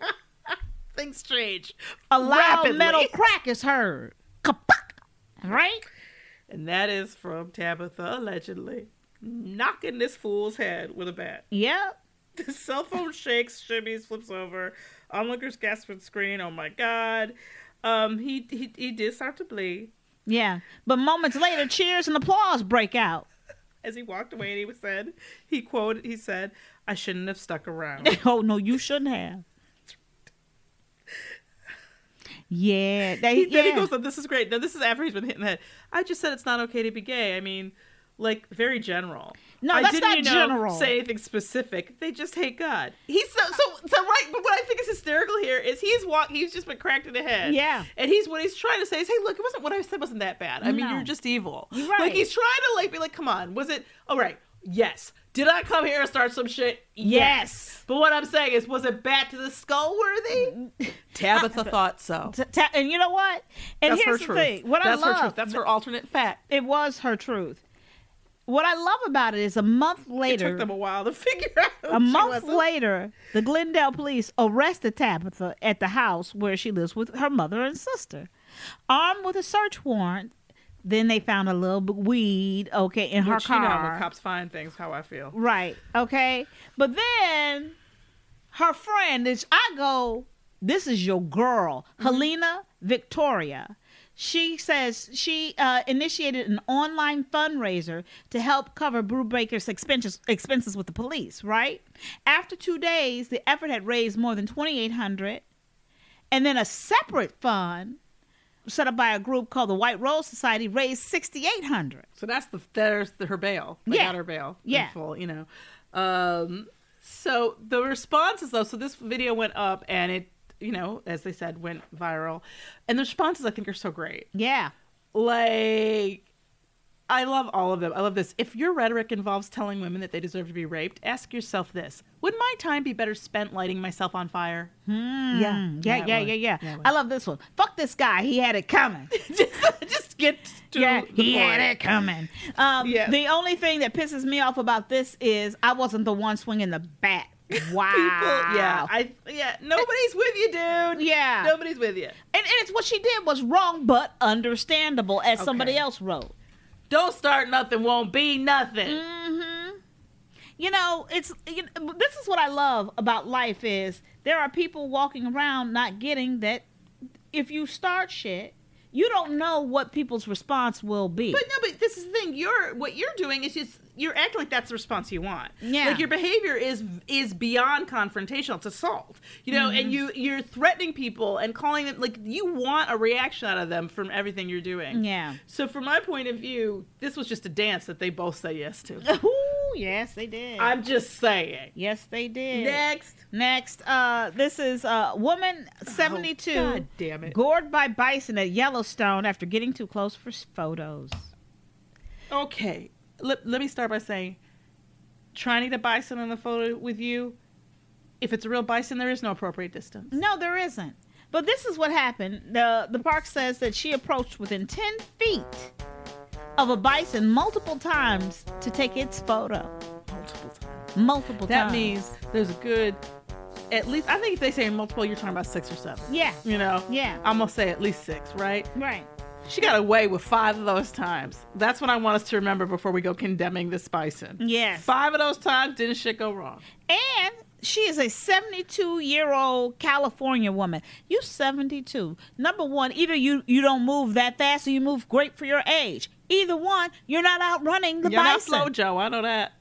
Speaker 4: Things strange.
Speaker 3: a loud
Speaker 4: Rapidly.
Speaker 3: metal crack is heard. Kapuck! Right?
Speaker 4: And that is from Tabitha allegedly knocking this fool's head with a bat. [laughs]
Speaker 3: Yep.
Speaker 4: The cell phone shakes, shimmies, flips over. Onlookers gasp at screen. Oh my god. Um, he he he did start to bleed.
Speaker 3: Yeah. But moments later, cheers and applause break out. [laughs]
Speaker 4: as he walked away and he was said he quoted he said i shouldn't have stuck around
Speaker 3: oh, no, you shouldn't have. Yeah. They,
Speaker 4: he, then he
Speaker 3: yeah.
Speaker 4: goes on this is great now this is after he's been hitting the head i just said it's not okay to be gay i mean like very general
Speaker 3: No,
Speaker 4: I
Speaker 3: that's
Speaker 4: didn't,
Speaker 3: not
Speaker 4: you know,
Speaker 3: general.
Speaker 4: say anything specific they just hate god he's so so so right but what i think is hysterical here is he's walk he's just been cracked in the head
Speaker 3: Yeah.
Speaker 4: and he's what he's trying to say is hey look it wasn't what i said wasn't that bad i mean
Speaker 3: No.
Speaker 4: you're just evil
Speaker 3: Right.
Speaker 4: like he's trying to like be like come on was it all right yes did i come here and start some shit
Speaker 3: Yes.
Speaker 4: But what I'm saying is, was it bat to the skull
Speaker 3: [laughs]
Speaker 4: worthy? [laughs] Tabitha thought so.
Speaker 3: T- ta- and you know what? And
Speaker 4: That's
Speaker 3: here's
Speaker 4: her
Speaker 3: the
Speaker 4: truth.
Speaker 3: thing. What
Speaker 4: That's
Speaker 3: I
Speaker 4: her
Speaker 3: love.
Speaker 4: truth. That's her alternate fact.
Speaker 3: It was her truth. What I love about it is a month
Speaker 4: It
Speaker 3: later.
Speaker 4: took them a while to figure [laughs] out.
Speaker 3: [laughs]
Speaker 4: who
Speaker 3: A
Speaker 4: she
Speaker 3: month
Speaker 4: was.
Speaker 3: later, the Glendale police arrested Tabitha at the house where she lives with her mother and sister. Armed with a search warrant, then they found a little bit weed, okay, in her
Speaker 4: Which, you know,
Speaker 3: car.
Speaker 4: when cops find things, how I feel.
Speaker 3: Right, okay. But then her friend is I go, this is your girl, Helena Victoria. She says she uh, initiated an online fundraiser to help cover Brubaker's expenses, expenses with the police, right? After two days, the effort had raised more than 2800 And then a separate fund set up by a group called the White Rose Society raised 6800
Speaker 4: So that's the there's the, her bail. They
Speaker 3: Yeah.
Speaker 4: got her bail. in
Speaker 3: Yeah.
Speaker 4: full, you know. Um, so the responses though, so this video went up and it, you know, as they said, went viral, and the responses I think are so great.
Speaker 3: Yeah.
Speaker 4: Like, I love all of them. I love this. If your rhetoric involves telling women that they deserve to be raped, ask yourself this: Would my time be better spent lighting myself on fire?
Speaker 3: Yeah,
Speaker 4: Yeah,
Speaker 3: yeah,
Speaker 4: it
Speaker 3: yeah,
Speaker 4: would.
Speaker 3: yeah, yeah.
Speaker 4: Yeah, it would.
Speaker 3: I love this one. Fuck this guy. He had it
Speaker 4: [laughs]
Speaker 3: coming.
Speaker 4: Just get to
Speaker 3: yeah,
Speaker 4: the
Speaker 3: he had
Speaker 4: point.
Speaker 3: it coming. Um,
Speaker 4: Yes.
Speaker 3: The only thing that pisses me off about this is I wasn't the one swinging the bat. Wow.
Speaker 4: [laughs] People, yeah, I, yeah. Nobody's with you, dude.
Speaker 3: Yeah.
Speaker 4: nobody's with you.
Speaker 3: and, and it's what she did was wrong, but understandable, as somebody
Speaker 4: Okay.
Speaker 3: else wrote.
Speaker 4: Don't start nothing, won't be nothing.
Speaker 3: Mm. you know it's you know, this is what i love about life is there are people walking around not getting that if you start shit you don't know what people's response will be
Speaker 4: But no, but this is the thing. You're what you're doing is just you're acting like that's the response you want.
Speaker 3: Yeah.
Speaker 4: Like your behavior is is beyond confrontational. It's assault. You know,
Speaker 3: Mm-hmm.
Speaker 4: and you you're threatening people and calling them like you want a reaction out of them from everything you're doing. [laughs]
Speaker 3: yeah
Speaker 4: So from my point of view, this was just a dance that they both say yes to.
Speaker 3: [laughs] Ooh, yes they did
Speaker 4: I'm just saying.
Speaker 3: yes they did
Speaker 4: Next.
Speaker 3: next uh this is uh woman 72
Speaker 4: God damn Oh, it.
Speaker 3: gored by bison at yellowstone after getting too close for s- photos
Speaker 4: Okay. Let, let me start by saying trying to get a bison in the photo with you, if it's a real bison, there is no appropriate distance.
Speaker 3: No, there isn't. But this is what happened. The the park says that she approached within 10 feet of a bison multiple times to take its photo.
Speaker 4: Multiple times.
Speaker 3: Multiple
Speaker 4: That
Speaker 3: times.
Speaker 4: means there's a good, at least, I think if they say multiple, you're talking about six or seven.
Speaker 3: Yeah.
Speaker 4: You know?
Speaker 3: Yeah.
Speaker 4: I'm going to say at least six, right?
Speaker 3: Right.
Speaker 4: She got away with five of those times. That's what I want us to remember before we go condemning this bison.
Speaker 3: Yes.
Speaker 4: Five of those times, didn't shit go wrong?
Speaker 3: And She is a 72 year old California woman. You 72. Number one, either you you don't move that fast or you move great for your age. Either one, you're not outrunning the
Speaker 4: You're not
Speaker 3: bison.
Speaker 4: FloJo. I
Speaker 3: [laughs]
Speaker 4: know that.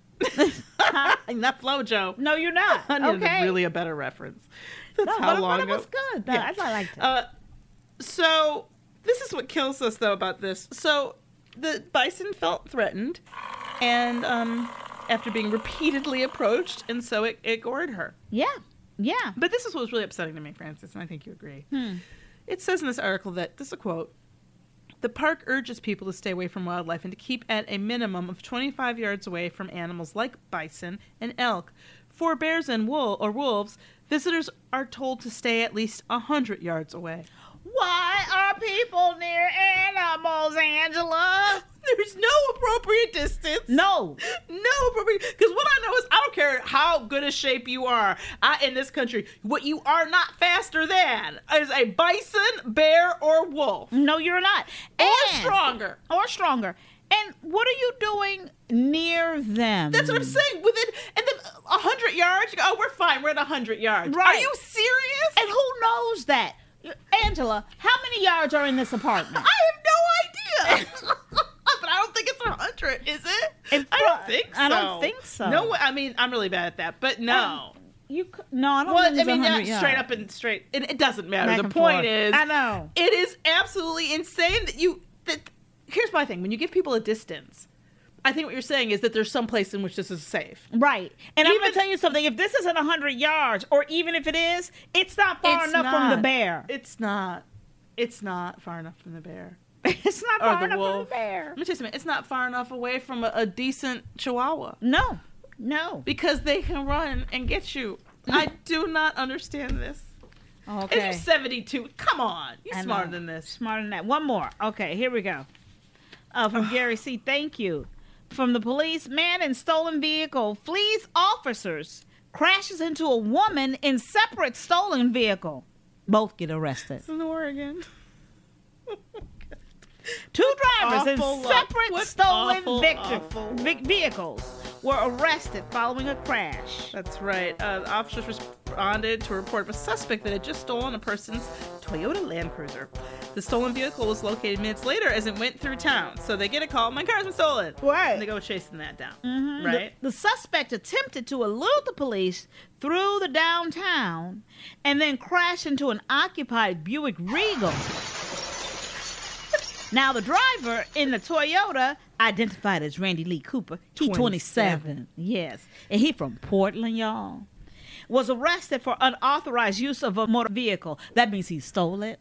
Speaker 4: not FloJo.
Speaker 3: No, you're not.
Speaker 4: [laughs] I needed
Speaker 3: Okay.
Speaker 4: really a better reference. That's
Speaker 3: No,
Speaker 4: how
Speaker 3: but- but
Speaker 4: long
Speaker 3: it
Speaker 4: ago-
Speaker 3: was good. though. I I liked it.
Speaker 4: Uh, so this is what kills us though about this. So the bison felt threatened, and um, after being repeatedly approached, and so it, it gored her.
Speaker 3: yeah, yeah.
Speaker 4: [laughs] But this is what was really upsetting to me, Francis, and I think you agree.
Speaker 3: Hmm.
Speaker 4: It says in this article that this is a quote. The park urges people to stay away from wildlife and to keep at a minimum of 25 yards away from animals like bison and elk. For bears and wool or wolves, visitors are told to stay at least 100 yards away.
Speaker 3: Why are people near animals, Angela?
Speaker 4: [laughs] There's no appropriate distance.
Speaker 3: No.
Speaker 4: No appropriate. Because what I know is I don't care how good a shape you are I, in this country, what you are not faster than is a bison, bear, or wolf.
Speaker 3: No, you're not.
Speaker 4: Or
Speaker 3: And-
Speaker 4: stronger.
Speaker 3: Or stronger. And what are you doing near them?
Speaker 4: That's what I'm saying. Within and then a hundred yards, you go, oh, we're fine. We're at a hundred yards.
Speaker 3: Right.
Speaker 4: Are you serious?
Speaker 3: And who knows that? Angela, how many yards are in this apartment?
Speaker 4: I have no idea. uh, but I don't think it's a hundred, is it?
Speaker 3: It
Speaker 4: I
Speaker 3: prob-
Speaker 4: don't think so.
Speaker 3: I don't think so. Um,
Speaker 4: No, I mean I'm really bad at that, but no.
Speaker 3: [laughs] You c- no, I don't.
Speaker 4: Well,
Speaker 3: think
Speaker 4: I
Speaker 3: it's
Speaker 4: mean,
Speaker 3: 100
Speaker 4: not straight
Speaker 3: yards.
Speaker 4: up and straight. It, it doesn't matter.
Speaker 3: Back
Speaker 4: the
Speaker 3: and
Speaker 4: point
Speaker 3: forth.
Speaker 4: is,
Speaker 3: I know.
Speaker 4: it is absolutely insane that you. That here's my thing: when you give people a distance, I think what you're saying is that there's some place in which this is safe.
Speaker 3: Right. And I'm going
Speaker 4: Even-
Speaker 3: to tell you something. If this isn't 100 yards, or even if it is, it's not far
Speaker 4: It's
Speaker 3: enough from the
Speaker 4: not.
Speaker 3: bear. [laughs]
Speaker 4: It's not. It's not far enough from the bear.
Speaker 3: It's not
Speaker 4: Or
Speaker 3: far
Speaker 4: the
Speaker 3: enough from
Speaker 4: wolf.
Speaker 3: the bear.
Speaker 4: Let me tell you something. It's not far enough away from a, a decent Chihuahua
Speaker 3: No. No.
Speaker 4: because they can run and get you. I do not understand this.
Speaker 3: Okay.
Speaker 4: And you're 72. Come on, you're
Speaker 3: I
Speaker 4: smarter
Speaker 3: know.
Speaker 4: than this.
Speaker 3: Smarter than that. One more. Okay, here we go. Uh,
Speaker 4: [sighs]
Speaker 3: from Gary C. Thank you. From the police, man in stolen vehicle flees officers, crashes into a woman in separate stolen vehicle. Both get
Speaker 4: [laughs]
Speaker 3: arrested.
Speaker 4: In Oregon.
Speaker 3: Two drivers in
Speaker 4: Awful luck.
Speaker 3: separate
Speaker 4: What
Speaker 3: stolen
Speaker 4: awful,
Speaker 3: victim-
Speaker 4: awful
Speaker 3: vic- vehicles were arrested following a crash.
Speaker 4: That's right. Uh, the officers responded to a report of a suspect that had just stolen a person's Toyota Land Cruiser. The stolen vehicle was located minutes later as it went through town. So they get a call, my car's been stolen.
Speaker 3: Right.
Speaker 4: And they go chasing that down. Right?
Speaker 3: The suspect attempted to elude the police through the downtown and then crashed into an occupied Buick Regal. Now, the driver in the Toyota, identified as Randy Lee Cooper, he 27.
Speaker 4: 27.
Speaker 3: yes, and he from Portland, y'all, was arrested for unauthorized use of a motor vehicle. That means he stole it.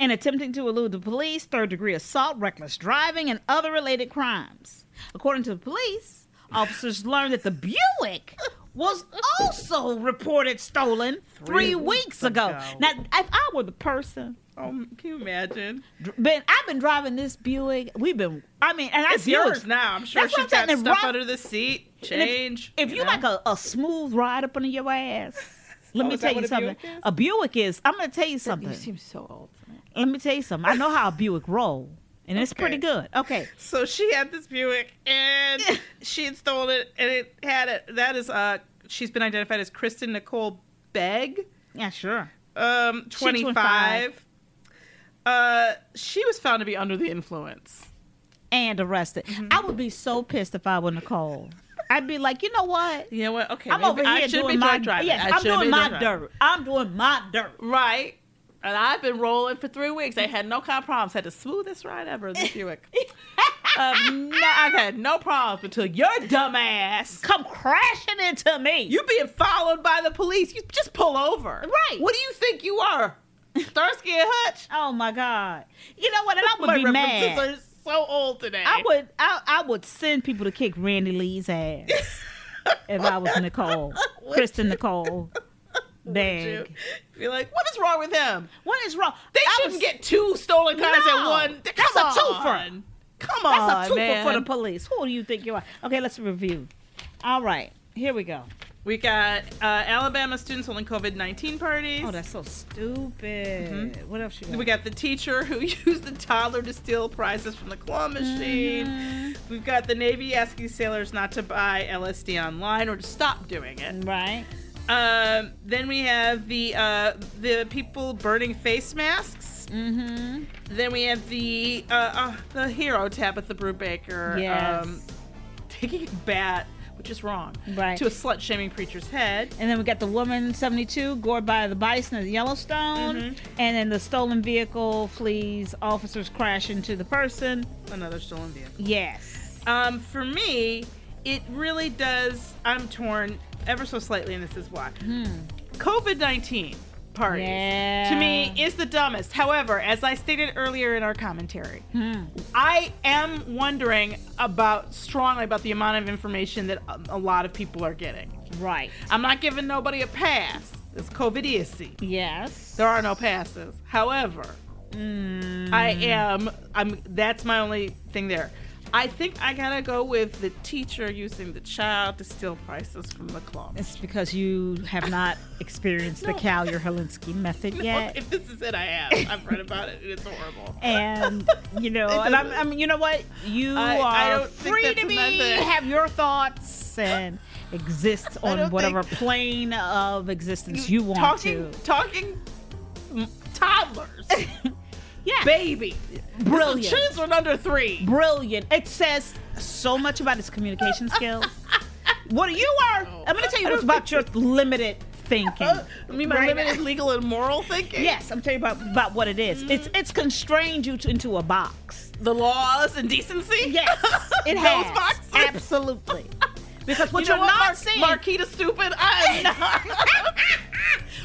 Speaker 3: And attempting to elude the police, third degree assault, reckless driving, and other related crimes. According to the police, officers learned that the Buick was also reported stolen three,
Speaker 4: Three
Speaker 3: weeks
Speaker 4: weeks
Speaker 3: ago.
Speaker 4: ago.
Speaker 3: Now, if I were the person,
Speaker 4: Um, can you imagine?
Speaker 3: dr- been I've been driving this Buick. We've been. I mean, and I
Speaker 4: It's yours now. I'm sure
Speaker 3: That's what
Speaker 4: she's
Speaker 3: I'm saying,
Speaker 4: got
Speaker 3: if
Speaker 4: stuff
Speaker 3: Rob-
Speaker 4: under the seat,
Speaker 3: And if-
Speaker 4: change.
Speaker 3: If, you,
Speaker 4: know?
Speaker 3: like a, a smooth ride up under your
Speaker 4: [laughs]
Speaker 3: ass, let
Speaker 4: Oh,
Speaker 3: me
Speaker 4: is that
Speaker 3: tell you
Speaker 4: what a
Speaker 3: something.
Speaker 4: Buick is?
Speaker 3: a Buick is. I'm gonna tell you something.
Speaker 4: You seem so old.
Speaker 3: let me tell you something. I know how a Buick roll, and it's pretty good. Okay.
Speaker 4: So she had this Buick and she had stolen it and it had it. That is, uh, she's been identified as Kristen Nicole Begg.
Speaker 3: Yeah, sure.
Speaker 4: um,
Speaker 3: 25.
Speaker 4: 25. Uh, she was found to be under the influence.
Speaker 3: And arrested.
Speaker 4: Mm-hmm.
Speaker 3: I would be so pissed if I were Nicole. I'd be like, you know what?
Speaker 4: You know what? Okay,
Speaker 3: I'm
Speaker 4: maybe
Speaker 3: over
Speaker 4: I
Speaker 3: here
Speaker 4: should
Speaker 3: doing
Speaker 4: be
Speaker 3: my
Speaker 4: drunk driving.
Speaker 3: yes.
Speaker 4: I
Speaker 3: I'm
Speaker 4: should
Speaker 3: doing
Speaker 4: be
Speaker 3: my
Speaker 4: drunk driving.
Speaker 3: dirt. I'm doing my dirt.
Speaker 4: Right. And I've been rolling for three weeks. I had no kind of problems. Had the smoothest ride ever. This Buick.
Speaker 3: [laughs]
Speaker 4: um, no, I've had no problems until your dumb ass.
Speaker 3: Come crashing into me.
Speaker 4: You being followed by the police. You just pull over.
Speaker 3: Right.
Speaker 4: What do you think you are?
Speaker 3: [laughs]
Speaker 4: Starsky and Hutch?
Speaker 3: Oh my God! You know what? And I would
Speaker 4: My
Speaker 3: be
Speaker 4: references
Speaker 3: mad.
Speaker 4: are so old today.
Speaker 3: I would. I, I would send people to kick Randy Lee's [laughs] ass if I was [laughs] Nicole, Kristen [laughs] Nicole.
Speaker 4: you.
Speaker 3: Bang!
Speaker 4: Be like, what is wrong with him?
Speaker 3: What is wrong?
Speaker 4: They
Speaker 3: I
Speaker 4: shouldn't
Speaker 3: was-
Speaker 4: get two stolen cars at
Speaker 3: No!
Speaker 4: one. Come
Speaker 3: That's a
Speaker 4: on.
Speaker 3: twofer.
Speaker 4: Come on,
Speaker 3: That's a twofer
Speaker 4: man.
Speaker 3: for the police. Who do you think you are? Okay, let's review. All right, here we go.
Speaker 4: We got uh, Alabama students holding COVID nineteen parties.
Speaker 3: Oh, that's so stupid. What else you got?
Speaker 4: we got the teacher who [laughs] used the toddler to steal prizes from the claw machine.
Speaker 3: Mm-hmm.
Speaker 4: We've got the Navy asking sailors not to buy LSD online or to stop doing it.
Speaker 3: right.
Speaker 4: Um, then we have the uh, the people burning face masks. Mm-hmm. Then we have the uh, uh, the hero Tabitha Brubaker um,
Speaker 3: Yes.
Speaker 4: taking a bat, which is wrong,
Speaker 3: Right.
Speaker 4: to a slut shaming preacher's head.
Speaker 3: And then we got the woman 72 gored by the bison at Yellowstone. And then the stolen vehicle flees, officers crash into the person.
Speaker 4: Another stolen vehicle.
Speaker 3: Yes.
Speaker 4: Um, for me, it really does. I'm torn ever so slightly, and this is why. COVID 19 parties
Speaker 3: Yeah.
Speaker 4: to me is the dumbest. However, as I stated earlier in our commentary, I am wondering about strongly about the amount of information that a- a lot of people are getting.
Speaker 3: Right.
Speaker 4: I'm not giving nobody a pass. It's COVIDiocy.
Speaker 3: Yes.
Speaker 4: There are no passes. However, I
Speaker 3: Mm.
Speaker 4: am. I'm. That's my only thing there. I think I gotta go with the teacher using the child to steal prices from the closet.
Speaker 3: It's because you have not experienced the
Speaker 4: No.
Speaker 3: Calyer Holinsky method yet.
Speaker 4: [laughs] If this is it, I have. I've read about it. and It's
Speaker 3: [laughs]
Speaker 4: horrible.
Speaker 3: and you know, and I'm, I'm, you know what? You
Speaker 4: I-
Speaker 3: are
Speaker 4: I don't think
Speaker 3: free
Speaker 4: that's
Speaker 3: to be
Speaker 4: another-
Speaker 3: have your thoughts and exist
Speaker 4: [laughs]
Speaker 3: on
Speaker 4: don't
Speaker 3: whatever plane of existence you, want
Speaker 4: talking,
Speaker 3: to.
Speaker 4: talking m- toddlers,
Speaker 3: [laughs] Yeah,
Speaker 4: babies,
Speaker 3: Brilliant.
Speaker 4: children under three.
Speaker 3: brilliant. It says so much about his communication
Speaker 4: [laughs]
Speaker 3: skills. what you are,
Speaker 4: Oh.
Speaker 3: I'm going to tell you what's about your limited thinking.
Speaker 4: [laughs] I mean, my
Speaker 3: Right.
Speaker 4: limited legal and moral thinking.
Speaker 3: Yes, I'm telling you about, about what it is.
Speaker 4: Mm-hmm.
Speaker 3: It's it's constrained you to, into a box.
Speaker 4: the laws and decency. [laughs]
Speaker 3: Yes, it
Speaker 4: Those
Speaker 3: has.
Speaker 4: boxes?
Speaker 3: Absolutely. Because what
Speaker 4: You
Speaker 3: you
Speaker 4: know
Speaker 3: are
Speaker 4: what,
Speaker 3: not
Speaker 4: Mar-
Speaker 3: seeing,
Speaker 4: Marquita, stupid.
Speaker 3: [laughs]
Speaker 4: I'm not.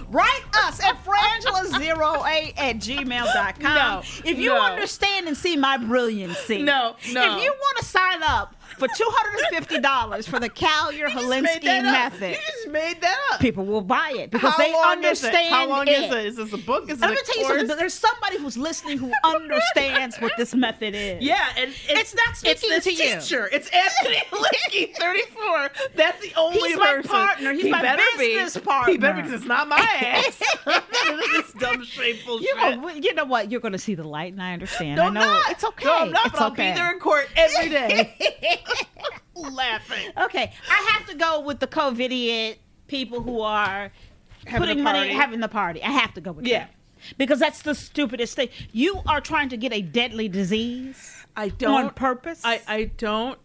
Speaker 3: write us at frangela08 at gmail.com.
Speaker 4: No,
Speaker 3: if you
Speaker 4: no.
Speaker 3: understand and see my brilliancy.
Speaker 4: No, no.
Speaker 3: If you want to sign up for $250 for the
Speaker 4: [laughs]
Speaker 3: Calyer
Speaker 4: made
Speaker 3: Holinsky
Speaker 4: that up.
Speaker 3: method,
Speaker 4: You just made that up.
Speaker 3: people will buy it because
Speaker 4: How
Speaker 3: they
Speaker 4: long is it?
Speaker 3: understand
Speaker 4: How long
Speaker 3: is
Speaker 4: is it? Is this a book? Is it
Speaker 3: I'm
Speaker 4: a
Speaker 3: gonna tell you
Speaker 4: course?
Speaker 3: something. There's somebody who's listening who understands what this method is.
Speaker 4: [laughs] Yeah, and
Speaker 3: It's not speaking
Speaker 4: it's
Speaker 3: to
Speaker 4: this
Speaker 3: you.
Speaker 4: teacher. It's Anthony
Speaker 3: [laughs]
Speaker 4: Licky, 34. That's the only
Speaker 3: He's my
Speaker 4: person.
Speaker 3: partner. He's
Speaker 4: he
Speaker 3: my
Speaker 4: better
Speaker 3: business
Speaker 4: be.
Speaker 3: partner.
Speaker 4: He better because
Speaker 3: [laughs]
Speaker 4: it's not my ass. [laughs] None of this dumb, shameful
Speaker 3: You,
Speaker 4: shit.
Speaker 3: know, you know what? You're gonna see the light, and I understand.
Speaker 4: no,
Speaker 3: I know
Speaker 4: I'm not.
Speaker 3: it's okay.
Speaker 4: No, I'm not,
Speaker 3: it's
Speaker 4: but I'll
Speaker 3: okay.
Speaker 4: be there in court
Speaker 3: [laughs]
Speaker 4: every [laughs] day. Laughing.
Speaker 3: Okay, I have to go with the COVID idiot people who are
Speaker 4: Having
Speaker 3: putting
Speaker 4: a
Speaker 3: money
Speaker 4: party.
Speaker 3: having the party. I have to go with
Speaker 4: Yeah.
Speaker 3: that. because that's the stupidest thing. You are trying to get a deadly disease
Speaker 4: I don't
Speaker 3: on purpose.
Speaker 4: I, I don't.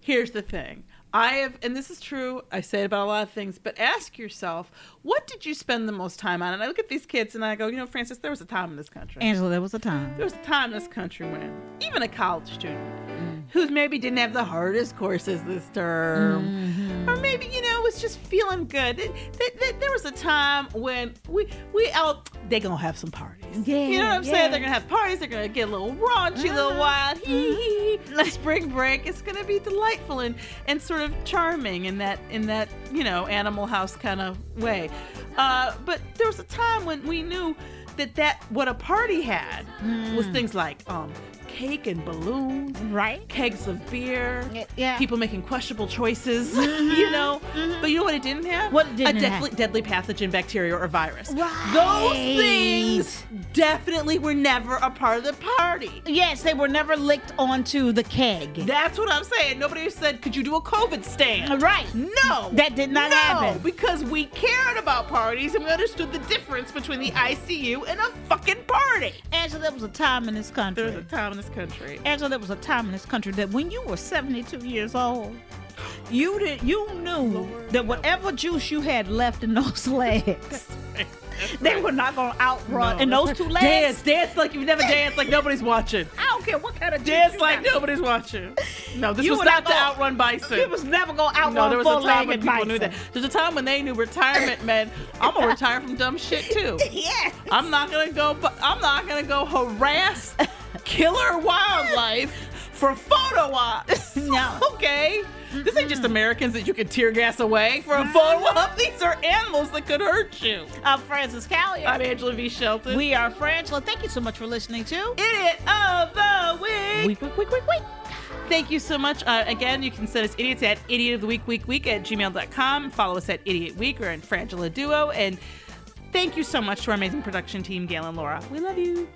Speaker 4: Here's the thing. I have, and this is true. I say it about a lot of things, but ask yourself, what did you spend the most time on? And I look at these kids and I go, you know, Francis, there was a time in this country.
Speaker 3: Angela, there was a time.
Speaker 4: there was a time in this country when even a college student who maybe didn't have the hardest courses this term, or maybe you know was just feeling good. Th- th- th- there was a time when we we out they gonna have some parties. you know what I'm
Speaker 3: yeah.
Speaker 4: saying? They're gonna have parties. They're gonna get a little raunchy, a little wild. Hee hee hee. Spring break. It's gonna be delightful and and sort of charming in that in that you know Animal House kind of way. Uh, but there was a time when we knew that that what a party had was things like um, cake and balloons,
Speaker 3: Right?
Speaker 4: kegs of beer,
Speaker 3: Y- yeah. Mm-hmm,
Speaker 4: people making questionable choices, [laughs] you know. But you know what it didn't have?
Speaker 3: What it didn't
Speaker 4: a
Speaker 3: have.
Speaker 4: deathly, deadly pathogen, bacteria, or virus. Those
Speaker 3: Right.
Speaker 4: things definitely were never a part of the party.
Speaker 3: Yes, they were never licked onto the keg.
Speaker 4: That's what I'm saying. Nobody said, could you do a COVID stand?
Speaker 3: Uh, right.
Speaker 4: No.
Speaker 3: That did not
Speaker 4: no,
Speaker 3: happen.
Speaker 4: Because we cared about parties and we understood the difference between the ICU and a fucking party.
Speaker 3: Angela, there was a time in this country.
Speaker 4: There was a time in this country.
Speaker 3: Angela, there was a time in this country that when you were 72 years old, you did you knew that whatever juice you had left in those [laughs] legs, they were not gonna outrun. and those two legs,
Speaker 4: Dance, dance like you've never danced, like nobody's watching.
Speaker 3: I don't care what kind of juice
Speaker 4: Dance
Speaker 3: you
Speaker 4: like
Speaker 3: got,
Speaker 4: nobody's watching. No, this
Speaker 3: You
Speaker 4: was
Speaker 3: were
Speaker 4: not
Speaker 3: not
Speaker 4: to
Speaker 3: gonna-
Speaker 4: outrun bison.
Speaker 3: you was never gonna outrun
Speaker 4: no, there was a time
Speaker 3: four-legged
Speaker 4: when people knew that.
Speaker 3: bison.
Speaker 4: There's a time when they knew retirement meant
Speaker 3: [laughs]
Speaker 4: I'm gonna retire from dumb shit too.
Speaker 3: Yeah.
Speaker 4: I'm not gonna go. bu- I'm not gonna go harass killer wildlife for photo
Speaker 3: [laughs]
Speaker 4: ops.
Speaker 3: No.
Speaker 4: Okay. This ain't just Americans that you could tear gas away for a photo op. These are animals that could hurt you.
Speaker 3: I'm Uh, Francis Callier.
Speaker 4: I'm Angela V. Shelton.
Speaker 3: we are Frangela. Thank you so much for listening to
Speaker 4: idiot of Oh, the week.
Speaker 3: Week, Week, Week, Week, Week.
Speaker 4: Thank you so much. Uh, again, you can send us idiots at idiot of the week, week, week at gmail.com. Follow us at idiot week or in Frangela Duo. And thank you so much to our amazing production team, Gail and Laura. We love you.